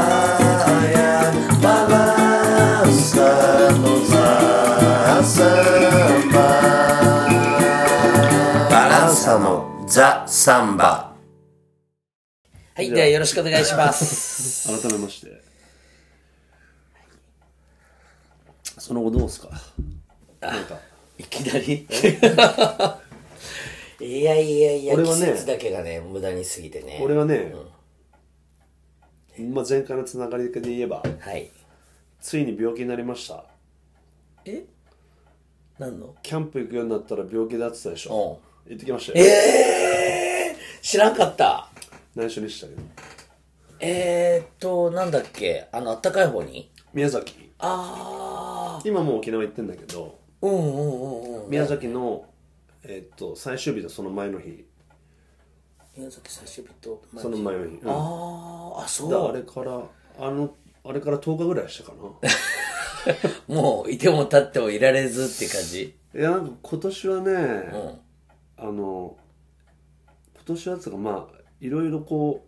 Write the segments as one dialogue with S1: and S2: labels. S1: Maia balança-nos a samba バランサのザ・サンバ
S2: はい、ではよろしくお願いします。
S3: 改めましてその後どうですかなんか
S2: いきなり いやいやいや、
S3: 俺
S2: 季
S3: はね
S2: 節だけがね、無駄に過ぎてね。
S3: 俺はね、まあ、前回のつながりで言えば
S2: はい。
S3: ついに病気になりました
S2: え何の
S3: キャンプ行くようになったら病気だって言ったでしょ言ってきましたよ
S2: えー、知らんかった。
S3: 内緒でしたけど
S2: えーっと、なんだっけ、あの、あったかい方に
S3: 宮崎
S2: あ
S3: 今もう沖縄行ってんだけど
S2: ー、うんうんうんうん。
S3: 宮崎のえっと最終日とその前の日
S2: 宮崎久しぶりと。
S3: その前の日、うん、だか
S2: あー、あ、そ
S3: らあ
S2: う。
S3: れからあのあれから10日ぐらいしたかな
S2: もう、いても立ってもいられずって感じ。
S3: いやなんか今年はね、
S2: ん
S3: あの今年はつうかまあいろいろこう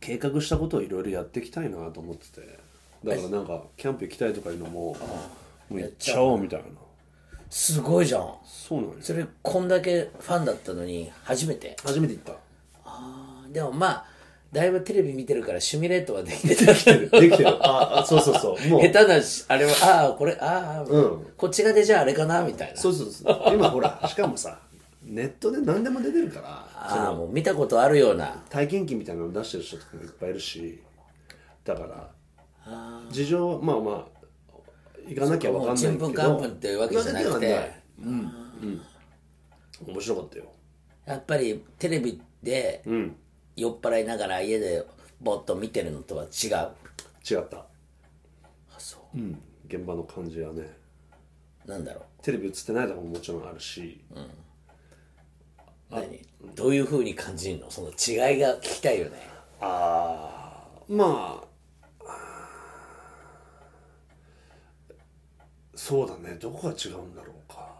S3: 計画したことをいろいろやっていきたいなと思っててだからなんかキャンプ行きたいとかいうのももうやっちゃおうみたいな
S2: すごいじゃん。
S3: そうなんで
S2: そ
S3: す
S2: れ、こんだけファンだったのに、初めて。
S3: 初めて行っ
S2: あーでもまあ、だいぶテレビ見てるからシミュレートはできてた けど。
S3: たできてる ああそうそうそうもう
S2: 下手なし、あれは、ああ、これ、ああ、
S3: うん
S2: こっちがでじゃああれかな、みたいな。
S3: そうそうそう今ほらしかもさネットで何でも出てるから
S2: ああ、もう見たことあるような。
S3: 体験記みたいなの出してる人とかもいっぱいいるしだから事情はまあまあ行かなきゃ分かんないけど
S2: そうかもうちんぷんかんぷんっていうわけじゃなくて
S3: わけではないうん、うん、面白かったよ
S2: やっぱりテレビで
S3: うん
S2: 酔っ払いながら家でぼっと見てるのとは違う。あ、
S3: 違った、
S2: そ
S3: うん、現場の感じはね
S2: う。なんだろう。
S3: テレビ映ってないとこももちろんあるし、
S2: 何どういう風に感じるのその違いが聞きたいよね。
S3: ああまあそうだねどこが違うんだろうか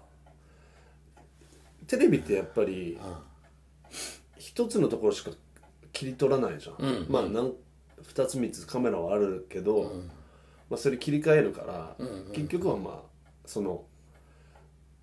S3: テレビってやっぱり一つのところしか切り取らないじゃん、まあなん2つ3つカメラはあるけど、まあ、それ切り替えるから、結局はまあその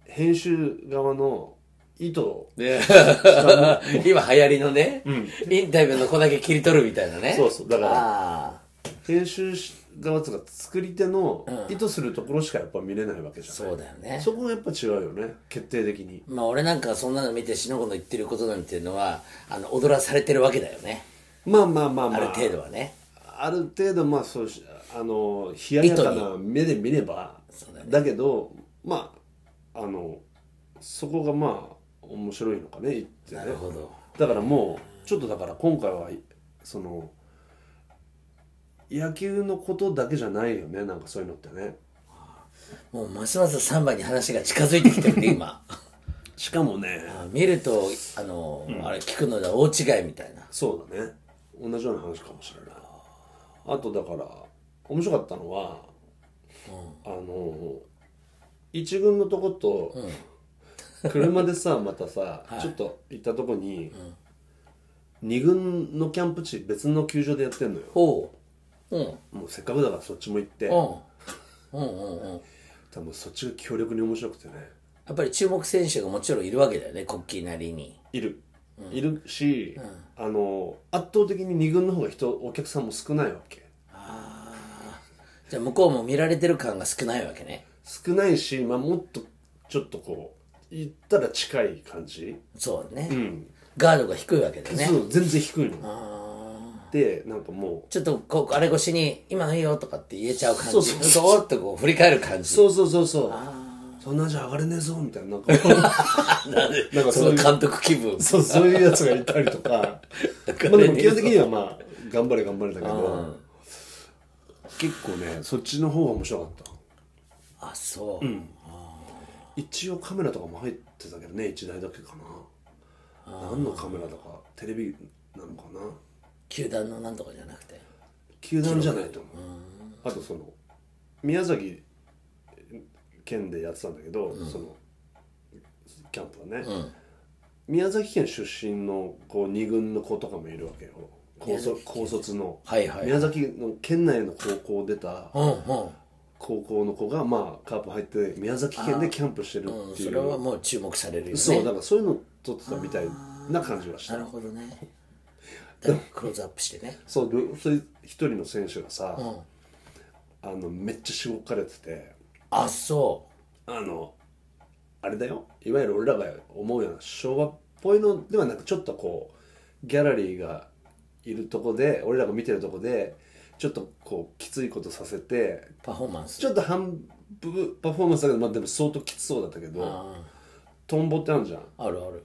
S3: 編集側の意図を
S2: 今流行りのね、インタビューの子だけ切り取るみたいなね。
S3: そうそうだから
S2: ああ、
S3: 編集側とか作り手の意図するところしかやっぱ見れないわけじゃない、
S2: そうだよね。
S3: そこがやっぱ違うよね決定的に
S2: まあ俺なんかそんなの見てしのこの言ってることなんていうのは、あの、踊らされてるわけだよね。
S3: まあまあまあ
S2: あ
S3: まあ
S2: る程度はね。
S3: ある程度まあそうしあの冷ややか
S2: 意
S3: な目で見ればだ,、けどまああのそこがまあ面白いのかね言ってね
S2: なるほど。
S3: だからもうちょっとだから今回はその野球のことだけじゃないよねなんかそういうのってね
S2: もうますますサンバに話が近づいてきてるね、今。
S3: しかもね
S2: あ見ると、あの、あれ聞くのでは大違いみたいな。
S3: そうだね同じような話かもしれないあとだから面白かったのは、あの一軍のとこと、車でさ またさ、ちょっと行ったとこに、二軍のキャンプ地別の球場でやってんのよ
S2: ほう。うん。
S3: もうせっかくだからそっちも行って、
S2: うん。うんうんうん。
S3: 多分そっちが強力に面白くてね
S2: やっぱり注目選手がもちろんいるわけだよね、国旗なりに。
S3: いる、いるし、あの圧倒的に二軍の方が人お客さんも少ないわけ
S2: じゃあ向こうも見られてる感が少ないわけね。
S3: 少ないし、まあ、もっとちょっとこう言ったら近い感じ、
S2: そうだね。
S3: ん
S2: ガードが低いわけだよね。
S3: そう全然低いのでなんかも
S2: ちょっとこう、あれ越しに、今のいいよとかって言えちゃう感じ。
S3: そうそうそう
S2: ドーッとこう振り返る感
S3: う
S2: じ。
S3: そうそうそうそうそんなんじゃ上がれねえぞみたいななんか なんか
S2: そ
S3: そ
S2: の
S3: ういう
S2: 監督気分。
S3: そうそういうやつがいたりと かまあでも基本的にはまあ頑張れ頑張れだけど結構ねそっちの方が面白かった
S2: あ、そう。
S3: 一応カメラとかも入ってたけどね1台だけかな何のカメラだかテレビなのかな
S2: 球団のなんとかじゃなくて。
S3: 球団じゃないと思うあとその宮崎県でやってたんだけど、そのキャンプはね、宮崎県出身のこう二軍の子とかもいるわけよ高卒高卒の、
S2: はいはい
S3: 宮崎の県内の高校を出た
S2: うんうん
S3: 高校の子が、まあ、カープ入って宮崎県でキャンプしてる
S2: うん
S3: って
S2: そ
S3: い
S2: れは
S3: う、
S2: もう注目されるよね
S3: そうだからそういうの撮ってたみたいな感じはした
S2: なるほどねだからクローズアップしてね
S3: そうルそういう一人の選手がさ、
S2: うん
S3: あのめっちゃしごかれてて
S2: あそ
S3: あのあれだよいわゆる俺らが思うような昭和っぽいのではなくちょっとこうギャラリーがいるとこで俺らが見てるとこでちょっとこうきついことさせて
S2: うパフォーマンス
S3: ちょっと半分パフォーマンスだけど、まあ、でも相当きつそうだったけど
S2: あ
S3: トンボってあるじゃん
S2: あるある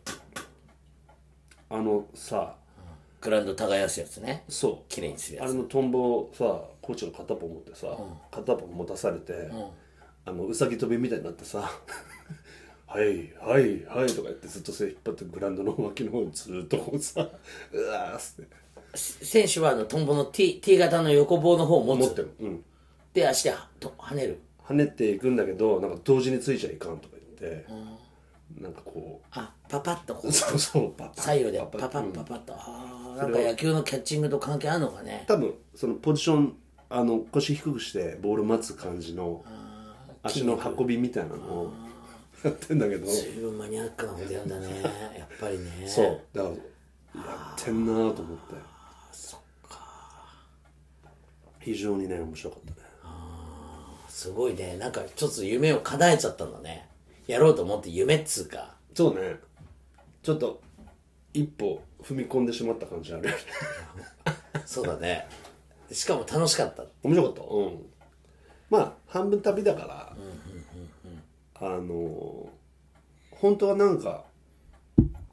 S3: あのさ
S2: グラウンド耕すやつね
S3: そう
S2: 綺麗にするや
S3: あ
S2: つ
S3: れのトンボをさコーチが片方持ってさ、片方持たされて、あのうさぎ跳びみたいになってさ「はいはいはい」とか言ってずっとそれ引っ張ってグラウンドの脇の方にずっとこうさ「うわ」っつって
S2: 選手はあのトンボの T, T 型の横棒の方を持つ
S3: 持ってる、うん、
S2: で足ではと跳ねる
S3: 跳ねていくんだけどなんか同時についちゃいかんとか言って、なんかこ
S2: あパパッとこ
S3: う
S2: う
S3: そうそうパパ
S2: 左右でパパ
S3: パ
S2: ッパ
S3: パ
S2: ッパパッと、ああなんか野球のキャッチングと関係あるのかね
S3: 多分そのポジションあの腰低くしてボール待つ感じの足の運びみたいなのをやってんだけど
S2: 随分マニアックなことやんだ ねやっぱりね
S3: そうだからやってんなと思って非常にね面白かったね
S2: すごいねなんかちょっと夢を叶えちゃったんだねやろうと思って夢っつうか
S3: そうねちょっと一歩踏み込んでしまった感じあ る
S2: そうだねしかも楽しかった
S3: 面白かったうんまあ半分旅だから、あのー本当はなんか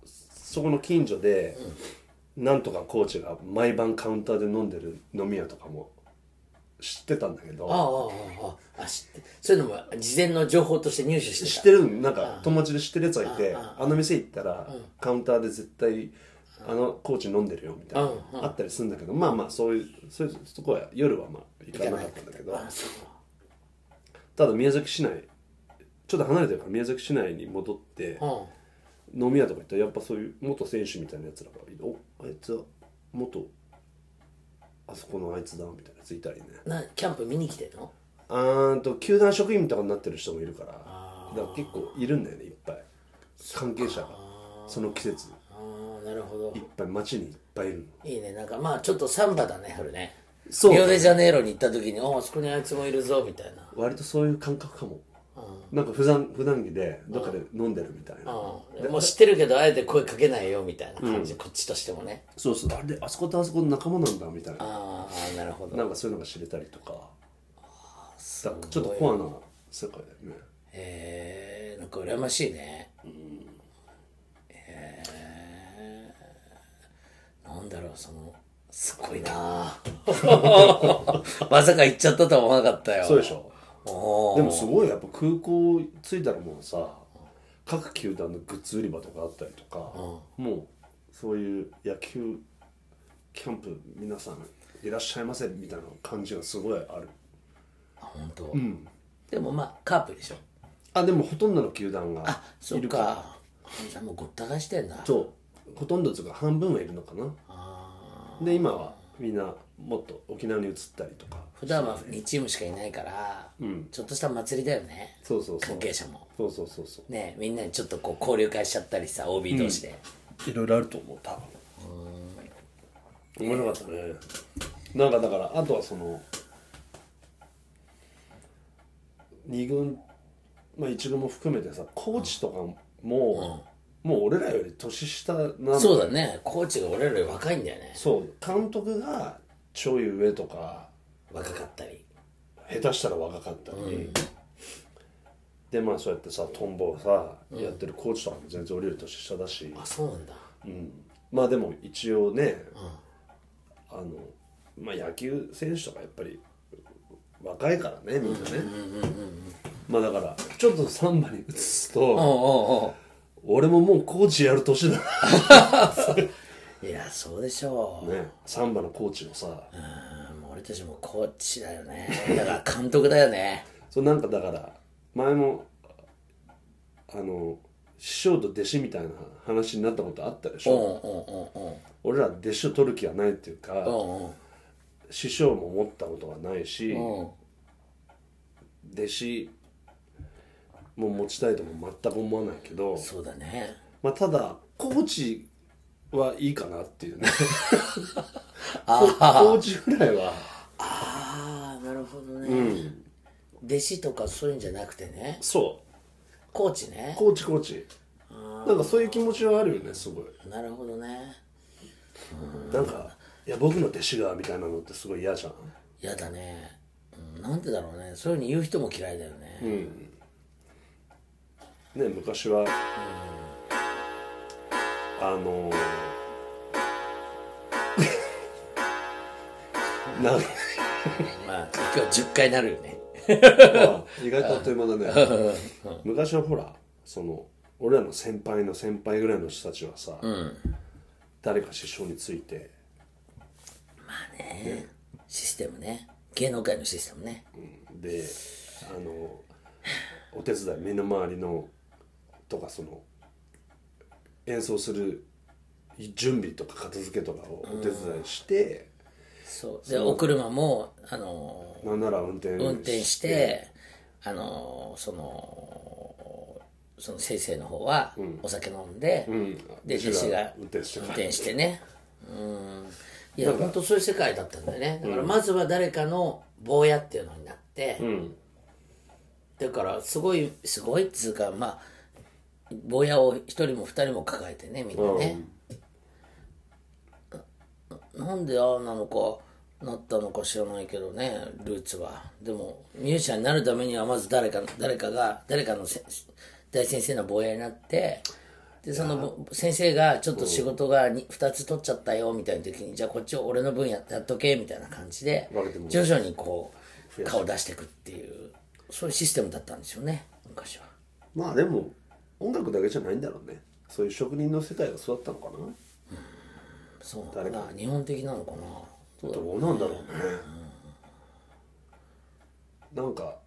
S3: そこの近所で、なんとかコーチが毎晩カウンターで飲んでる飲み屋とかも知ってたんだけど
S2: あああああああ知ってそういうのも事前の情報として入手してた
S3: 知ってるなんか友達で知ってるやつがいてあの店行ったらカウンターで絶対あのコーチ飲んでるよみたいなあったりするんだけどまあまあそういうそういうとこは夜はまあ行かなかったんだけど
S2: あそう
S3: ただ宮崎市内ちょっと離れてるから宮崎市内に戻って
S2: うん
S3: 飲み屋とか行ったらやっぱそういう元選手みたいなやつらがいておあいつは元あそこのあいつだみたいなやついたりね
S2: なキャンプ見に来てんの
S3: あーんと球団職員とかになってる人もいるからだから結構いるんだよねいっぱい関係者がその季節
S2: ああなるほど
S3: いっぱい街にいっぱいいるの
S2: いいねなんかまあちょっとサンバだね春ね
S3: そう
S2: リオデジャネイロに行った時に「おあそこにあいつもいるぞ」みたいな
S3: 割とそういう感覚かもなんか普段普段着でどっかで飲んでるみたいな
S2: うんもう知ってるけどあえて声かけないよみたいな感じ、こっちとしてもね
S3: そうそうあれあそことあそこの仲間なんだみたいな
S2: ああなるほど
S3: なんかそういうのが知れたりとかだからちょっとコアな世界だよね
S2: へえなんか羨ましいねへえなんだろうそのすごいな まさか行っちゃったとは思わなかったよ
S3: そうでしょ
S2: お
S3: でもすごいやっぱ空港着いたらもうさ各球団のグッズ売り場とかあったりとか、もうそういう野球キャンプ皆さんいらっしゃいませみたいな感じがすごいある
S2: 本当、でもまあカープでしょ
S3: あでもほとんどの球団が
S2: そっかじゃあもうごった返してんだ
S3: そうほとんどというか半分はいるのかなで今はみんなもっと沖縄に移ったりとか
S2: 普段は2チームしかいないから、ちょっとした祭りだよね
S3: そうそうそう
S2: 関係者も
S3: そうそうそうそ
S2: ねみんなにちょっとこう交流会しちゃったりさ OB 同士で、
S3: ういろいろあると思う多分面白かったねなんかだからあとはその2軍、まあ、1軍も含めてさコーチとかも、もう俺らより年下なの
S2: そうだねコーチが俺らより若いんだよね
S3: そう監督がちょい上とか
S2: 若かったり
S3: 下手したら若かったり、でまあそうやってさトンボをさ、やってるコーチとかも全然俺より年下だし
S2: あそうなんだ
S3: まあでも一応ね、あのまあ野球選手とかやっぱり若いからねみんなね、まあだからちょっとサンバに移す
S2: お
S3: と、
S2: うおうお
S3: 俺ももうコーチやる年だ
S2: ういやそうでしょう、
S3: ねサンバのコーチもさ、
S2: うんもう俺たちもコーチだよねだから 監督だよね
S3: そうなんかだから前もあの師匠と弟子みたいな話になったことあったでし
S2: うん
S3: ょ
S2: うんうん
S3: 俺ら弟子を取る気はないっていうか
S2: うん
S3: 師匠も持ったことがないし
S2: うん
S3: 弟
S2: うん
S3: 子も持ちたいとも全く思わないけど
S2: そうだね
S3: まあただコーチはいいかなっていうねコ
S2: あ
S3: ーチぐらいは
S2: あああなるほどね、
S3: うん
S2: 弟子とかそういうんじゃなくてね
S3: そう
S2: コーチね
S3: コーチコーチ
S2: あ
S3: なんかそういう気持ちはあるよねすごい
S2: ーなるほどね
S3: なんかいや僕の弟子がみたいなのってすごい嫌じゃん
S2: やだね、うん、なんでだろうねそういうふうに言う人も嫌いだよね、
S3: ね昔は、あのー なんか
S2: まあ今日10回なるよね
S3: 意外とあっという間だね 昔はほらその俺らの先輩の先輩ぐらいの人たちはさ、誰か師匠について
S2: システムね芸能界のシステムね
S3: であのお手伝い身の回りのとかその演奏する準備とか片付けとかをお手伝いして、
S2: そうでお車もあのー
S3: なんなら運転
S2: 運転してあのーそのその先生の方はお酒飲んで、で弟
S3: 弟
S2: 子
S3: 子
S2: が
S3: が
S2: 運
S3: 運
S2: 転
S3: 転して帰る
S2: してねうんいや本当そういう世界だったんだよねだからまずは誰かの坊やっていうのになって、
S3: ん
S2: だからすごいすごいっつうかまあ坊やを一人も二人も抱えてねみんなね、ななんでああなのかなったのか知らないけどねルーツはでもミュージシャンになるためにはまず誰か誰かが誰かのせ大先生の坊やになってでそのぼ先生がちょっと仕事が 2, 二つ取っちゃったよみたいな時にじゃあこっちを俺の分ややっとけみたいな感じで
S3: 分けてもら
S2: 徐
S3: う
S2: 々にこう顔出していくっていうそういうシステムだったんですよね昔は。
S3: まあでも音楽だけじゃないんだろうねそういう職人の世界が育ったのかな
S2: そうなのかな日本的なのかなどうだろ
S3: どうなんだろうね、なんか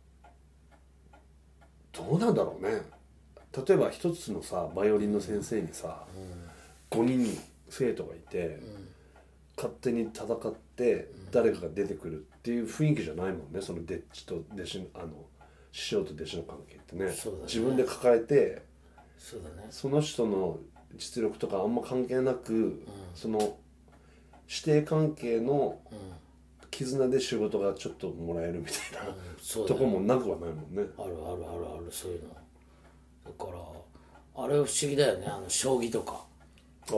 S3: どうなんだろうね例えば一つのさバイオリンの先生にさ、5人生徒がいて、勝手に戦って誰かが出てくるっていう雰囲気じゃないもんねその弟子と弟子のあの師匠と弟子の関係ってね
S2: そうだね
S3: 自分で抱えて
S2: うそうだね
S3: その人の実力とかあんま関係なく、その師弟関係の絆で仕事がちょっともらえるみたいな、
S2: そうだ
S3: と
S2: ね
S3: こもなくはないもんね
S2: あるあるあるあるそういうのだからあれは不思議だよねあの将棋とか
S3: あ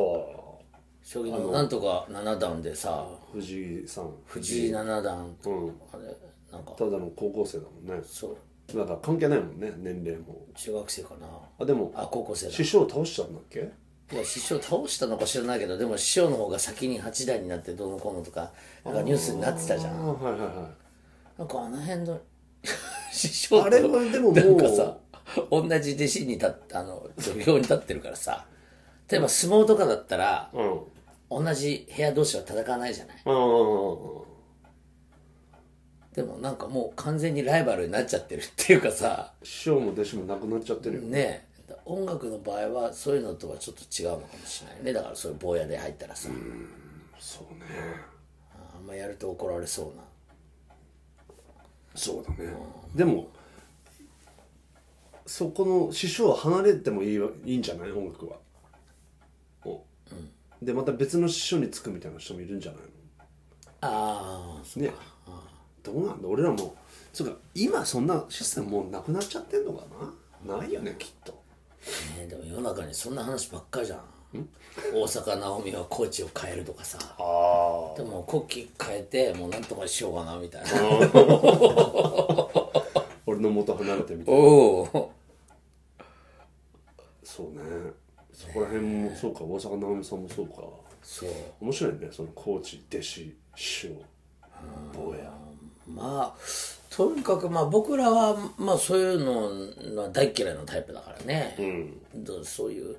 S2: 将棋のなんとか七段でさ
S3: あ藤井さん
S2: 藤井七段
S3: うん
S2: あれなんか
S3: ただの高校生だもんね
S2: そう
S3: だから関係ないもんね年齢も
S2: 中学生かな
S3: あでも
S2: あ高校生だ
S3: 師匠を倒しちゃうんだっけ
S2: いや師匠倒したのか知らないけどでも師匠の方が先に八段になってどうのこうのとかなんかニュースになってたじゃ
S3: あ
S2: ん
S3: あはいはいはい
S2: なんかあの辺 の師匠と
S3: あれはでももう
S2: なんかさ同じ弟子に立ってあの土俵に立ってるからさ例えば相撲とかだったら
S3: うんうん
S2: 同じ部屋同士は戦わないじゃない
S3: うんうん
S2: でもなんかもう完全にライバルになっちゃってるっていうかさ
S3: 師匠も弟子もなくなっちゃってるよ、
S2: ねえ音楽の場合はそういうのとはちょっと違うのかもしれないねだからそういう坊やで入ったらさ
S3: そうね
S2: あんまやると怒られそうな
S3: そうだね、でもそこの師匠は離れてもいいわいいんじゃない音楽はお、でまた別の師匠につくみたいな人もいるんじゃない
S2: ああ
S3: のねどうなんだ俺らもつうか今そんなシステムもうなくなっちゃってんのかなないよねきっと
S2: ねえでも世の中にそんな話ばっかりじゃん大坂なおみはコーチを変えるとかさ
S3: あ
S2: でも国旗変えてもうなんとかしようかなみたいな
S3: あ俺の元離れてみたいな
S2: おお
S3: そうねそこら辺もそうか大阪直美さんもそうか
S2: そう
S3: 面白いねそのコーチ弟子師匠坊や
S2: まあとにかくまあ僕らはまあそういうのは大っ嫌いのタイプだからね、どうそういう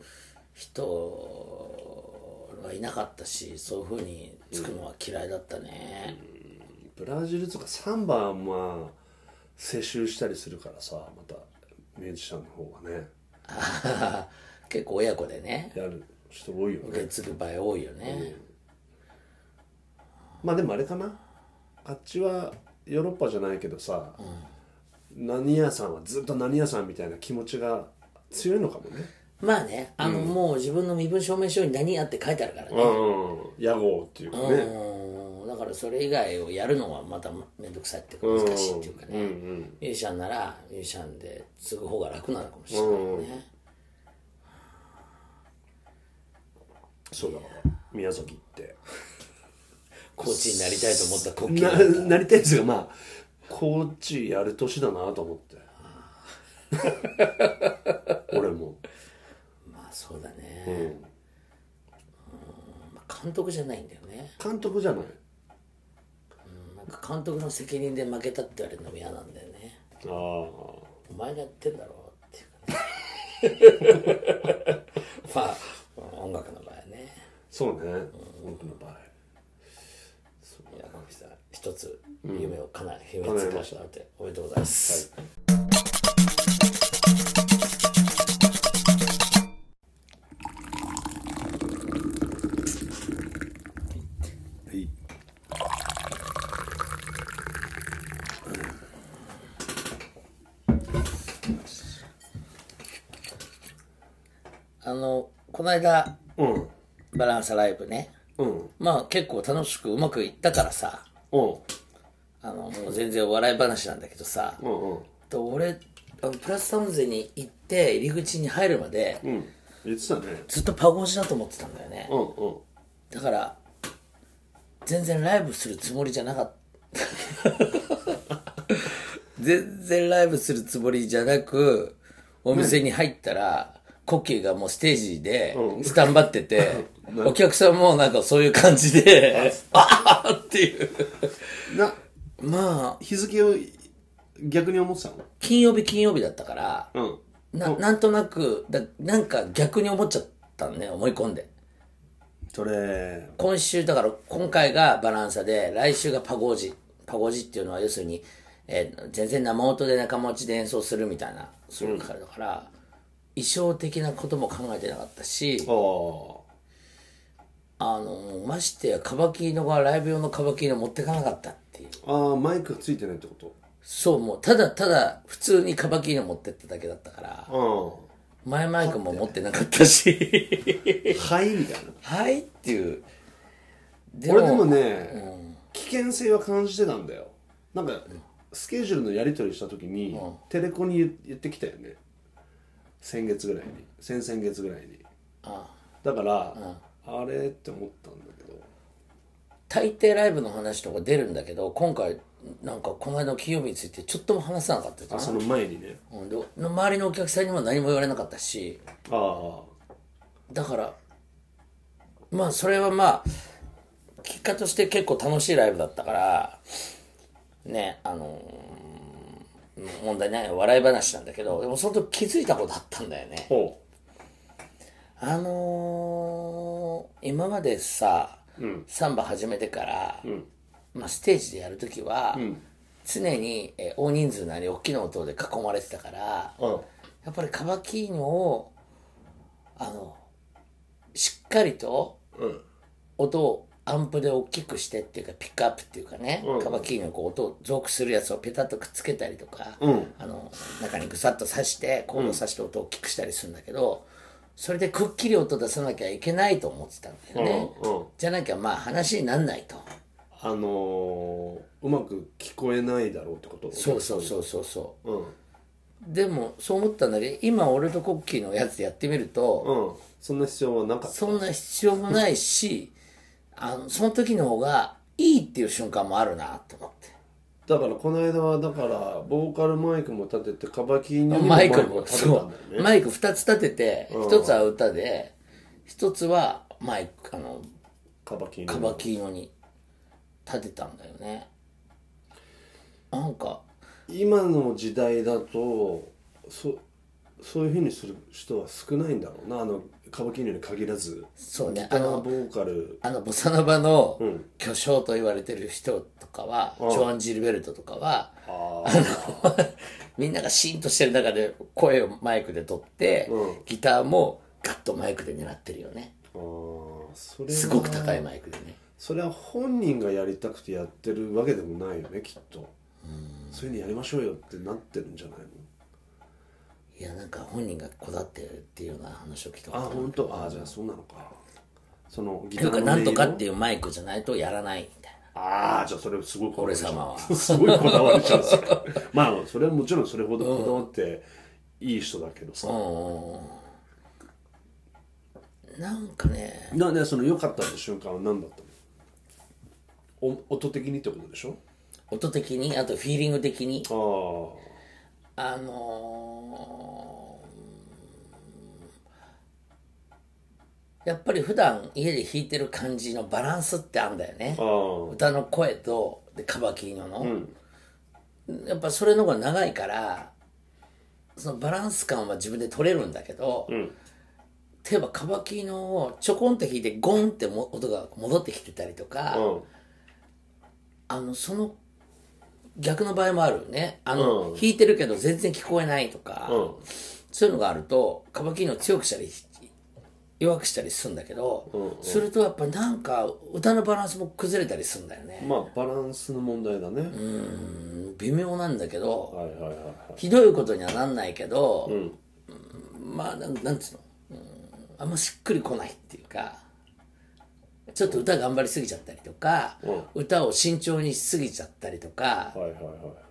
S2: 人はいなかったしそういうふうにつくのは嫌いだったね、
S3: ブラジルとかサンバはまあ世襲したりするからさまたミュージシャンの方がね
S2: 結構親子でね
S3: やる人多いよ
S2: 受
S3: ね
S2: け継ぐ場合多いよね、
S3: まあでもあれかなあっちはヨーロッパじゃないけどさ、何屋さんはずっと何屋さんみたいな気持ちが強いのかもね
S2: まあねあの、もう自分の身分証明書に何やって書いてあるからね、
S3: うん屋号っていうかね、
S2: うんだからそれ以外をやるのはまた面倒くさいっていうか難しいっていうかね、ミュージシャンならミュージシャンで継ぐ方が楽なのかもしれないね、
S3: そうだから宮崎って
S2: コーチになりたいと思った国旗
S3: ななりたいですがまあコーチやる年だなと思って 俺も
S2: まあそうだね、うんまあ監督じゃないんだよね
S3: 監督じゃない
S2: なんか監督の責任で負けたって言われるのも嫌なんだよね
S3: ああ
S2: お前がやってんだろうって いうかねまあ音楽の場合はね
S3: そうね、僕の場合
S2: いやこの人は一つ夢を叶え、夢を
S3: 叶え
S2: 叶
S3: ま
S2: え
S3: した
S2: たっておめでとうございます、
S3: はい
S2: あのこの間
S3: うん
S2: バランサライブね
S3: うん
S2: まあ結構楽しくうまくいったからさ
S3: うん
S2: あのもう全然お笑い話なんだけどさ、
S3: うんうん
S2: と俺あのプラスサウンゼに行って入り口に入るまで、
S3: うん言ってたね
S2: ずっとパゴシだと思ってたんだよね、
S3: うんうん
S2: だから全然ライブするつもりじゃなかった 全然ライブするつもりじゃなくお店に入ったら、コッキーがもうステージでスタンバってて、お客さんもなんかそういう感じで、 ああーっていう。
S3: な
S2: まあ、
S3: 日付を逆に思ってたの
S2: 金曜日金曜日だったから、
S3: うん
S2: ななんとなくだなんか逆に思っちゃったんね思い込んで
S3: それ
S2: 今週だから今回がバランサで来週がパゴージパゴージっていうのは要するに、えー全然生音で仲間内で演奏するみたいなそういうからだから、衣装的なことも考えてなかったし
S3: ああ
S2: あのましてやカバキーノがライブ用のカバキーノ持ってかなかったっていう
S3: ああマイクがついてないってこと
S2: そうもうただただ普通にカバキーノ持ってっただけだったから
S3: う
S2: 前マイクも持ってなかったし
S3: んはいみたいな
S2: はいっていうで
S3: 俺でもね、危険性は感じてたんだよなんかスケジュールのやり取りした時に、テレコに言言ってきたよね先月ぐらいに先々月ぐらいにだから、あれって思ったんだけど
S2: 大抵ライブの話とか出るんだけど今回なんかこの間の金曜日についてちょっとも話さなかったじゃ
S3: あ
S2: ん
S3: その前にね
S2: うんで周りのお客さんにも何も言われなかったし
S3: あ
S2: だからまあそれはまあ結果として結構楽しいライブだったからねあのー問題ない笑い話なんだけどでもその時気づいたことあったんだよね
S3: あほ
S2: あのー今までさ、サンバ始めてから、まあ、ステージでやるときは、常に、えー大人数なり大きな音で囲まれてたから、
S3: ううん
S2: やっぱりカバキーノをあのしっかりと
S3: うん
S2: 音をアンプで大きくしてっていうかピックアップっていうかね、
S3: うん
S2: カバキーノにこう音を増幅するやつをペタッとくっつけたりとか、
S3: ん
S2: あの中にぐさっと刺してコードを刺して音を大きくしたりするんだけど、それでくっきり音出さなきゃいけないと思ってたんだよね、
S3: うんうん
S2: じゃなきゃまあ話になんないと
S3: あのー、うまく聞こえないだろうってこと
S2: そうそうそうそうそう
S3: うん
S2: でもそう思ったんだけど今俺とコッキーのやつやってみると、
S3: うんそんな必要はなかった
S2: そんな必要もないし、あの、その時の方がいいっていう瞬間もあるなと思って。
S3: だからこの間はだからボーカルマイクも立ててカバキーニにも
S2: マイクも、
S3: 立て
S2: そ
S3: たんだよね
S2: う。マイク二つ立てて、一つは歌で、一つはマイク、あの、
S3: カバキーニ
S2: カバキーノに立てたんだよね。なんか、
S3: 今の時代だとそそういうふうにする人は少ないんだろうなあのカバキリに限らず
S2: そうね
S3: ギタ
S2: あ
S3: ー
S2: の
S3: ボーカル
S2: あのボサノバの巨匠と言われてる人とかは、ジョアン・ジルベルトとかはあの みんながシーンとしてる中で声をマイクで取って、ギターもガッとマイクで狙ってるよね
S3: あーそれは
S2: すごく高いマイクでね
S3: それは本人がやりたくてやってるわけでもないよねきっとそういうのやりましょうよってなってるんじゃないの
S2: いやなんか本人がこだわってるっていうような話を聞いた
S3: あ
S2: ことある
S3: 本当ああじゃあそうなのかそのギ
S2: というかなんとかって
S3: いう
S2: いうマイクじゃないとやらないみたいな
S3: ああじゃあそれすごいこだわりちゃう
S2: 俺様は
S3: すごいこだわりちゃう それまあそれはもちろんそれほどこだわっていい人だけどさ、
S2: なんかね
S3: なねその良かったって瞬間は何だったのお音的にってことでしょ
S2: 音的にあとフィーリング的に
S3: ああ
S2: あのーやっぱり普段家で弾いてる感じのバランスってあんだよね
S3: あー
S2: 歌の声とでカバキーノの、やっぱそれの方が長いからそのバランス感は自分で取れるんだけど、例えばカバキーノをちょこんと弾いてゴンっても音が戻ってきてたりとか、
S3: うん
S2: あのその逆の場合もあるよねあの、弾いてるけど全然聞こえないとか、
S3: うん
S2: そういうのがあるとカバキーノ強くしたり弱くしたりするんだけど、するとやっぱなんか歌のバランスも崩れたりするんだよね、
S3: まあバランスの問題だね、
S2: 微妙なんだけど、
S3: はいはいはいはい
S2: ひどいことにはなんないけど、うんまあなんなんつうの、うん、あんましっくりこないっていうかちょっと歌頑張りすぎちゃったりとか、歌を慎重にしすぎちゃったりとか、
S3: はいはいは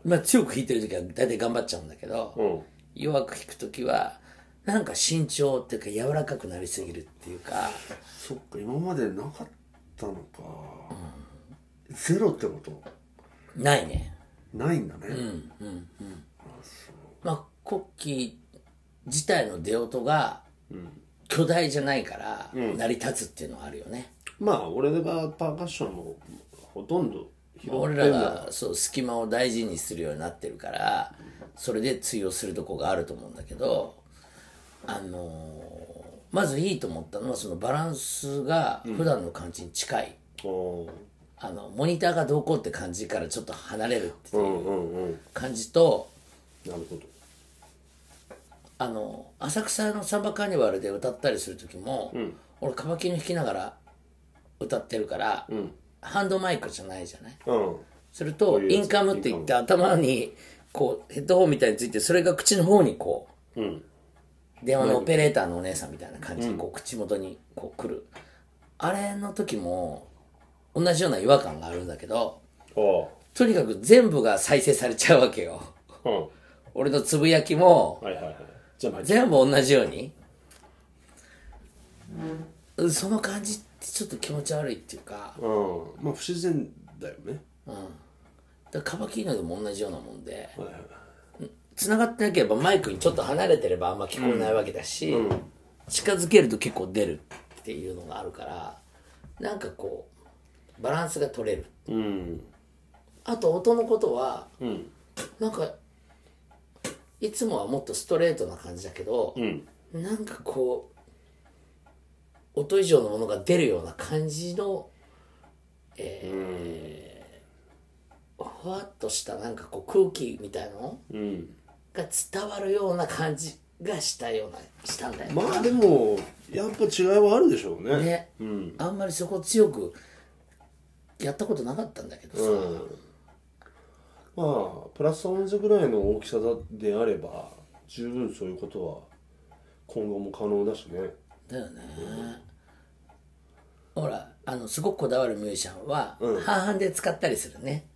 S3: い
S2: まあ、強く弾いてる時は大体頑張っちゃうんだけど、
S3: うん
S2: 弱く弾く時はなんか慎重っていうか柔らかくなりすぎるっていうか
S3: そっか今までなかったのか、ゼロってこと
S2: ないね
S3: ないんだね、
S2: まあコッキー自体の出音が巨大じゃないから成り立つっていうのはあるよね、
S3: まあ俺がパーカッションもほとんど拾って
S2: 俺
S3: ん
S2: ら
S3: だ
S2: がそう隙間を大事にするようになってるからそれで通用するとこがあると思うんだけどあのーまずいいと思ったのはそのバランスが普段の感じに近い、
S3: おー
S2: あのモニターがどうこうって感じからちょっと離れるって
S3: う
S2: いうん
S3: うんうん
S2: 感じと、
S3: なるほど
S2: あの浅草のサンバカーニバルで歌ったりする時も、俺カバキの弾きながら歌ってるから、ハンドマイクじゃないじゃない
S3: うん
S2: すると
S3: いう
S2: インカムって言って頭にこうヘッドホンみたいについてそれが口の方にこう、電話のオペレーターのお姉さんみたいな感じでこう口元にこう来る、あれの時も同じような違和感があるんだけど
S3: あ
S2: とにかく全部が再生されちゃうわけよ
S3: あうん
S2: 俺のつぶやきも
S3: はいはいはいじゃあまあ
S2: 全部同じようにうんその感じってちょっと気持ち悪いっていうか
S3: うんまあ不自然だよね
S2: だからカバキーノでも同じようなもんで
S3: はいはい
S2: 繋がってなければマイクにちょっと離れてればあんま聞こえないわけだし、近づけると結構出るっていうのがあるからなんかこうバランスが取れる
S3: うん
S2: あと音のことは、なんかいつもはもっとストレートな感じだけど、なんかこう音以上のものが出るような感じのえーふわっとしたなんかこう空気みたいの
S3: うん
S2: が伝わるような感じがしたようなしたんだよ
S3: まあでもやっぱ違いはあるでしょうね
S2: ね、あんまりそこ強くやったことなかったんだけどさ、
S3: まあプラスオンズぐらいの大きさであれば十分そういうことは今後も可能だしね
S2: だよね、ほらあのすごくこだわるミュージシャンは、半々で使ったりするね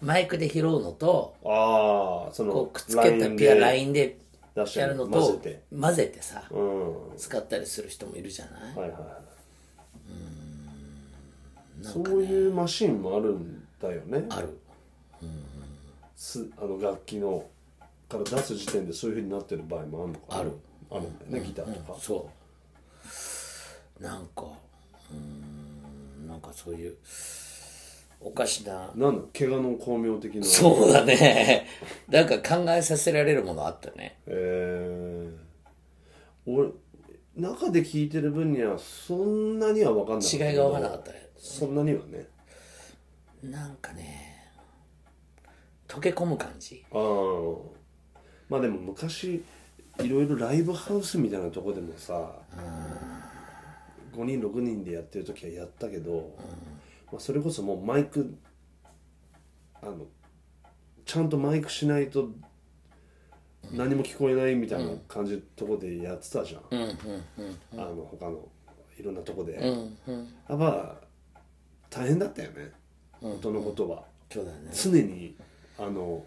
S2: マイクで拾うのと
S3: ああその
S2: こうくっつけたピアライ
S3: ン
S2: ンで
S3: 出して
S2: や
S3: る
S2: るのと
S3: 混ぜて
S2: 混ぜてさ、
S3: うん
S2: 使ったりする人もいるじゃない、
S3: はいはいそういうマシンもあるんだよね
S2: ある
S3: すあの楽器のから出す時点でそういうふうになってる場合もあるのかな
S2: ある
S3: あるんだよね、ギターとか、
S2: そうなんかうーんなんかそういうおかしな
S3: なんだ怪我の巧妙的な
S2: そうだねなんか考えさせられるものあったね
S3: えー、俺中で聞いてる分にはそんなには分かんない
S2: 違いが分からなかったね
S3: そんなにはね
S2: なんかね溶け込む感じ
S3: ああまあでも昔いろいろライブハウスみたいなとこでもさ5人6人でやってる時はやったけど、まあ、それこそもうマイクあのちゃんとマイクしないと何も聞こえないみたいな感じのとこでやってたじゃん、あの他のいろんなとこで、やっぱ大変だったよね音のことは。
S2: そうだよね
S3: 常にあの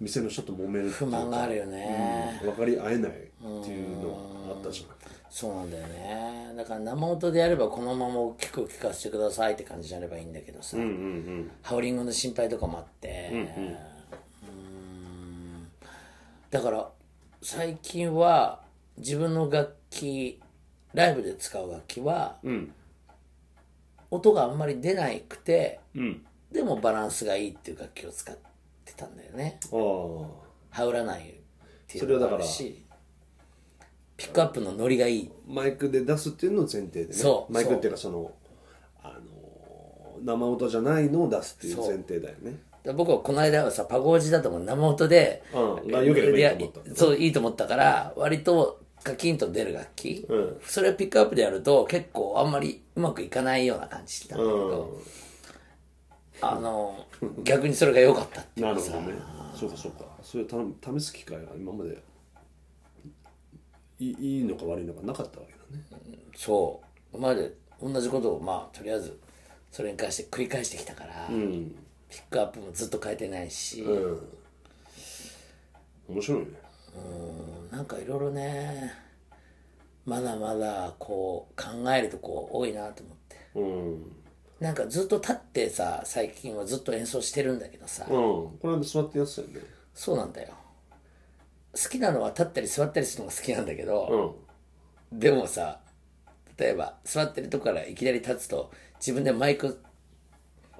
S3: 店の人と揉めるってい
S2: 不
S3: う
S2: 満
S3: か
S2: があるよね、
S3: 分かり合えないっていうのはあったじゃ
S2: そうなんだよねだから生音でやればこのまま大きく聞かせてくださいって感じになればいいんだけどさ、
S3: ん。うんうん
S2: ハウリングの心配とかもあって、うーんだから最近は自分の楽器ライブで使う楽器は、
S3: ん
S2: 音があんまり出ないくて
S3: うん。
S2: でもバランスがいいっていう楽器を使ってたんだよね
S3: うん。ああ。
S2: 羽織らないっていうのもあるしピックアップのノリがいい
S3: マイクで出すっていうのを前提でね。
S2: そう
S3: マイクっていうかそのあの生音じゃないのを出すっていう
S2: そう
S3: 前提だよね。
S2: だから僕はこの間はさパゴージだとも生音で、
S3: うんが良ければいいと思ったんだね
S2: やそういいと思ったから割とガキンと出る楽器、
S3: ん
S2: それをピックアップでやると結構あんまりうまくいかないような感じなんだけど、
S3: う
S2: あの逆にそれが良かったって
S3: ん。
S2: い
S3: な
S2: う
S3: る
S2: さ
S3: ほどね。そうかそうか。そういうた試す機会が今までいいいのか悪いのかなかったわけだね。
S2: そう今まで同じことをまあとりあえずそれに関して繰り返してきたから、
S3: うん。
S2: ピックアップもずっと変えてないし、
S3: うん。面白いね。
S2: なんかいろいろねまだまだこう考えるとこ多いなと思って
S3: うん。
S2: なんかずっと立ってさ最近はずっと演奏してるんだけどさ、
S3: うん、この間座ってやってたよね。
S2: そうなんだよ好きなのは立ったり座ったりするのが好きなんだけ
S3: う
S2: ど、
S3: ん。
S2: でもさ例えば座ってるとこからいきなり立つと自分でマイク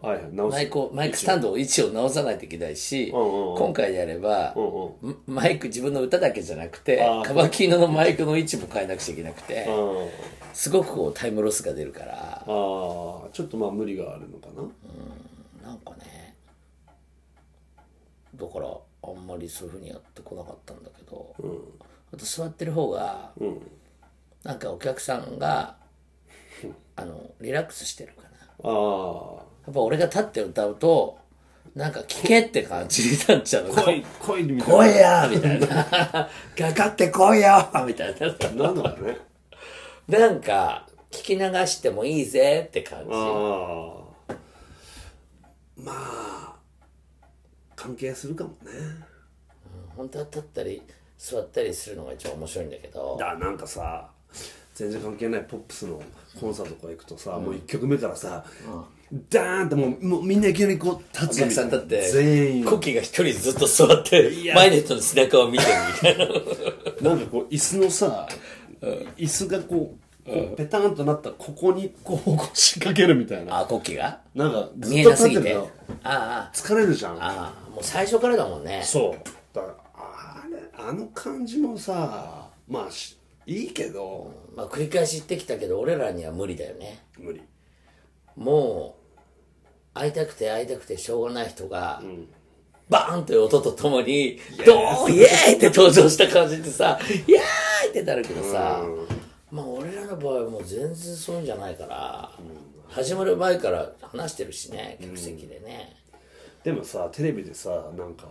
S3: はいはい、直す。
S2: マイクをマイクスタンドを位置を直さないといけないし、
S3: んうんうん
S2: 今回であれば、
S3: うんうん。
S2: マイク自分の歌だけじゃなくて
S3: あー
S2: カバキリノのマイクの位置も変えなくちゃいけなくて、
S3: うん
S2: すごくこうタイムロスが出るから
S3: ああ、ちょっとまあ無理があるのかな。
S2: なんかねだからあんまりそういうふうにやってこなかったんだけど、あと座ってる方が、なんかお客さんがあのリラックスしてるかな
S3: あ
S2: やっぱ俺が立って歌うとなんか聞けって感じになっちゃうの
S3: あ。恋、恋みたい
S2: 来いやみたいなかかってこいやみたいな
S3: な。なんだろうね。
S2: なんか聞き流してもいいぜって感じ
S3: ああ。まあ、関係するかもね。
S2: 本当は立ったり座ったりするのが一番面白いんだけど
S3: だ、なんかさ、全然関係ないポップスのコンサートとか行くとさ、もう1曲目からさ、ダーンってもうもうみんないきなりこう立
S2: お
S3: つ
S2: 客
S3: み
S2: さ
S3: た
S2: ん
S3: い
S2: だ
S3: な
S2: って
S3: 全員
S2: コキが一人ずっと座って前の人の背中を見てるみたいな
S3: なんかこう椅子のさ、椅子がこうこうペタンとなったここにこう腰掛けるみたい な
S2: あコキが
S3: なんかず
S2: 見え
S3: っと
S2: な
S3: 立
S2: す
S3: っ
S2: ぎ
S3: て
S2: て
S3: る
S2: あ
S3: の
S2: あ
S3: 疲れるじゃ
S2: あ
S3: ん
S2: ああもう最初からだもんね
S3: そうだからあれあの感じもさまあしいいけど
S2: まあ繰り返し言ってきたけど俺らには無理だよね
S3: 無理
S2: もう会いたくて会いたくてしょうがない人が、バーンという音とともにドーンイエーイって登場した感じでさイエーイってなるけどさ、まあ俺らの場合はもう全然そういうんじゃないから、始まる前から話してるしね客席でね、
S3: でもさテレビでさなんか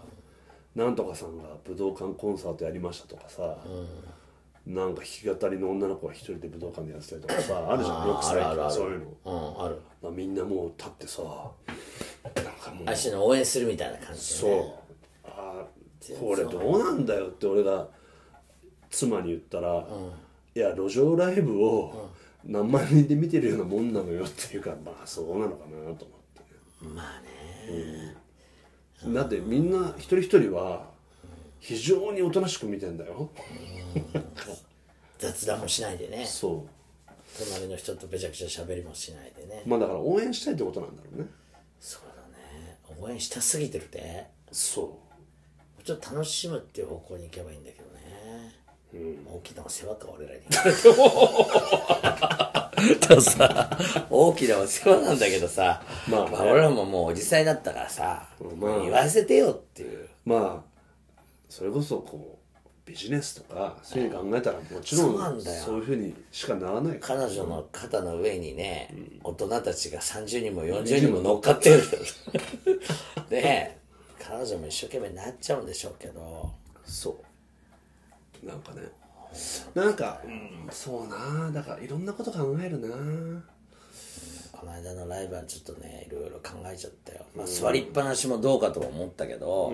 S3: なんとかさんが武道館コンサートやりましたとかさ、なんか弾き語りの女の子が一人で武道館でやってたりとかさあるじゃんよく
S2: あるあるあ
S3: さ
S2: る
S3: そういうの
S2: うんある
S3: まあ、みんなもう立ってさなんかもう
S2: 足の応援するみたいな感じで、ね、
S3: そうあーこれどうなんだよって俺が妻に言ったら、いや路上ライブを何万人で見てるようなもんなのよっていうからまあそうなのかなと思ってまあね、うんだってみんな一人一人は非常におとなしく見てんだよ、
S2: 雑談もしないでね
S3: そ
S2: 隣の人とべちゃくちゃ喋りもしないでね
S3: うまあだから応援したいってことなんだろうね
S2: そうだね応援したすぎてるね
S3: そ
S2: もうちょっと楽しむっていう方向に行けばいいんだけどね
S3: う
S2: 大きなお世話か俺らにとさ大きなお世話なんだけどさま
S3: ま
S2: あ、
S3: あね
S2: 俺らももうおじさんになったからさ、
S3: まあ
S2: 言わせてよっていう
S3: まあそれこそこうビジネスとかそういうふうに考えたらもち
S2: そうな
S3: ろ
S2: ん
S3: ん
S2: だよ
S3: そういうふうにしかならないから
S2: 彼女の肩の上にね、大人たちが30人も40人も乗っか ってるねえ彼女も一生懸命になっちゃうんでしょうけど
S3: そうなんかねなんか、うん、そうなだからいろんなこと考えるな
S2: この間のライブはちょっとねいろいろ考えちゃったよ、まあ、座りっぱなしもどうかとは思ったけど、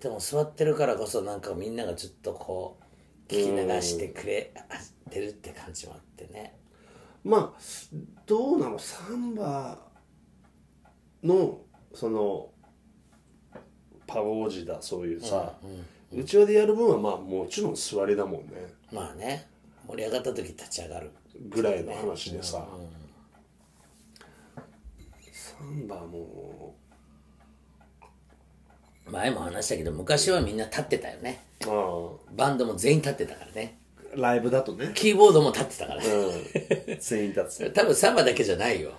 S2: でも座ってるからこそなんかみんながちょっとこう聞き流してくれてるって感じもあってね
S3: まあどうなのサンバのそのパゴージだそういうさうちわでやる分はまあもちろん座りだもんね
S2: まあね盛り上がった時立ち上がる
S3: ぐらいの話でさ、サンバも
S2: 前も話したけど昔はみんな立ってたよね
S3: あ
S2: バンドも全員立ってたからね
S3: あライブだとね、
S2: キーボードも立ってたからね、
S3: うん、 全員立つ
S2: 多分サンバだけじゃないよ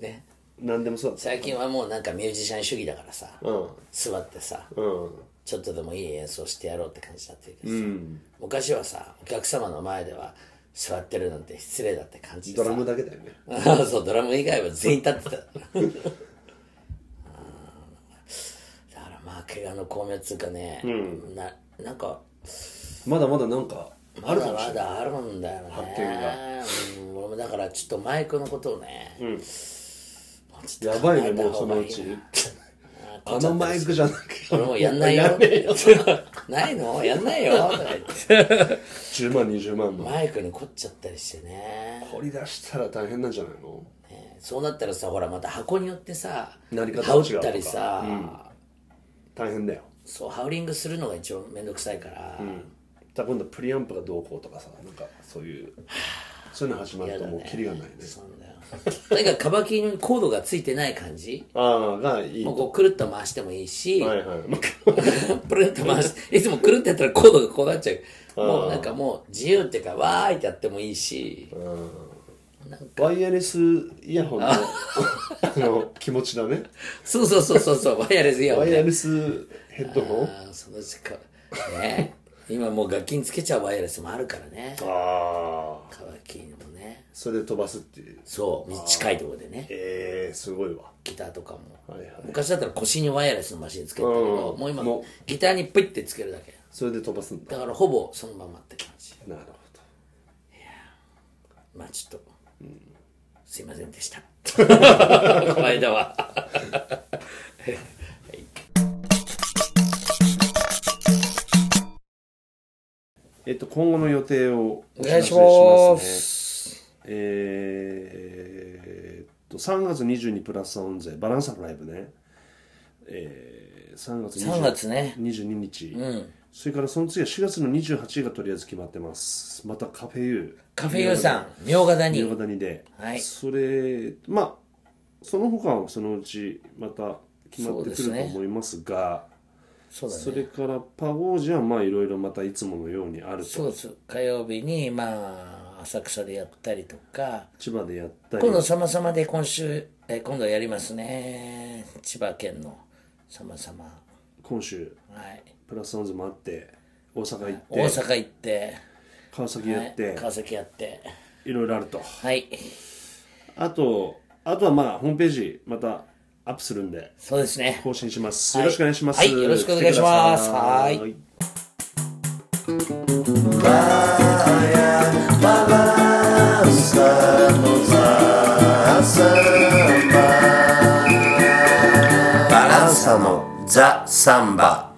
S2: ね
S3: 何でもそうだった
S2: 最近はもうなんかミュージシャン主義だからさ、
S3: うん
S2: 座ってさ
S3: うん
S2: ちょっとでもいい演奏してやろうって感じになってるけどさ、
S3: うん
S2: 昔はさお客様の前では座ってるなんて失礼だって感じで
S3: ド
S2: さ
S3: ラムだけだよね
S2: そうドラム以外は全員立ってた うんだからまあ怪我の巧妙っつうかね、ななんか
S3: まだまだなんかあ
S2: ま
S3: るか
S2: だ
S3: もし
S2: ま
S3: れない
S2: だあるんだよね
S3: 発見
S2: うん俺もだからちょっとマイクのことをね、もうちょっと
S3: や
S2: 考
S3: ばい
S2: え
S3: ね
S2: た
S3: もう
S2: 方
S3: そ
S2: がい
S3: の
S2: ういな
S3: ちあのマイクじ ゃなくて
S2: 俺もうやんないよ
S3: やめよ
S2: ないのやんないよとか言って
S3: 10万20万の
S2: マイクに凝っちゃったりしてね
S3: 掘り出したら大変なんじゃないの
S2: ねそうなったらさほらまた箱によってさ
S3: なり方
S2: 羽
S3: が違う
S2: 織ったりさ、
S3: 大変だよ
S2: そうハウリングするのが一番面倒くさいから、
S3: だから今度プリアンプがどうこうとかさなんかそういうそういうの始まるともうキリがないね
S2: そうなんだよ とにかくカバキリにコードがついてない感じ
S3: ああがいい
S2: もう
S3: と
S2: こうくるっと回してもいいし、
S3: はいはいま
S2: プルンと回していつもくるんってやったらコードがこうなっちゃうもうなんかもう自由っていうかわーいってやってもいいし、
S3: あワイヤレスイヤ ホンのあの気持ちだね
S2: そうそうそうそう そうワイヤレスイヤホン
S3: ワイヤ
S2: ね
S3: レスヘッドホン
S2: あーその時間ね今もう楽器につけちゃうワイヤレスもあるからね
S3: ああ
S2: カバキリもね
S3: それで飛ばすっていう
S2: そう近いところでね
S3: ええすごいわ
S2: ギターとかも、
S3: はいはい
S2: 昔だったら腰にワイヤレスのマシンつけてたけど、
S3: うん
S2: もう今
S3: も
S2: ギターにプイってつけるだけ
S3: それで飛ばすんだ
S2: だからほぼそのままって感じ
S3: なるほど
S2: まあちょっと、すいませんでしたこの間ははい
S3: えっと、今後の予定をお
S2: お願いします
S3: ね。えーっと、3月22プラス音勢、バランサーのライブね。えー、3月 ,20
S2: 3月ね
S3: 22日、それからその次は4月の28日がとりあえず決まってます。またカフェユー。
S2: カフェユーさん明賀谷
S3: 夕方にで、
S2: はい
S3: それまあその他はそのうちまた決まっ
S2: そう
S3: てくる
S2: です
S3: と
S2: ね
S3: 思いますが
S2: そうだね
S3: それからパゴージはまあいろいろまたいつものようにあると
S2: そうです火曜日にまあ浅草でやったりとか
S3: 千葉でやったり
S2: 今度さまさまで今週え今度やりますね千葉県のさまさま
S3: 今週
S2: はい
S3: プラスオンズもあって大阪行って、
S2: 大阪行って
S3: 川崎やって、
S2: 川崎やって
S3: い、ろいろあると
S2: はい
S3: あとあとはまあホームページまたアップするんで
S2: そうですね
S3: 更新します、
S2: はい
S3: よろしくお願いします
S2: はいよろしくお願いします
S3: 来てくださ
S2: はい
S1: バランサのザ・サンバ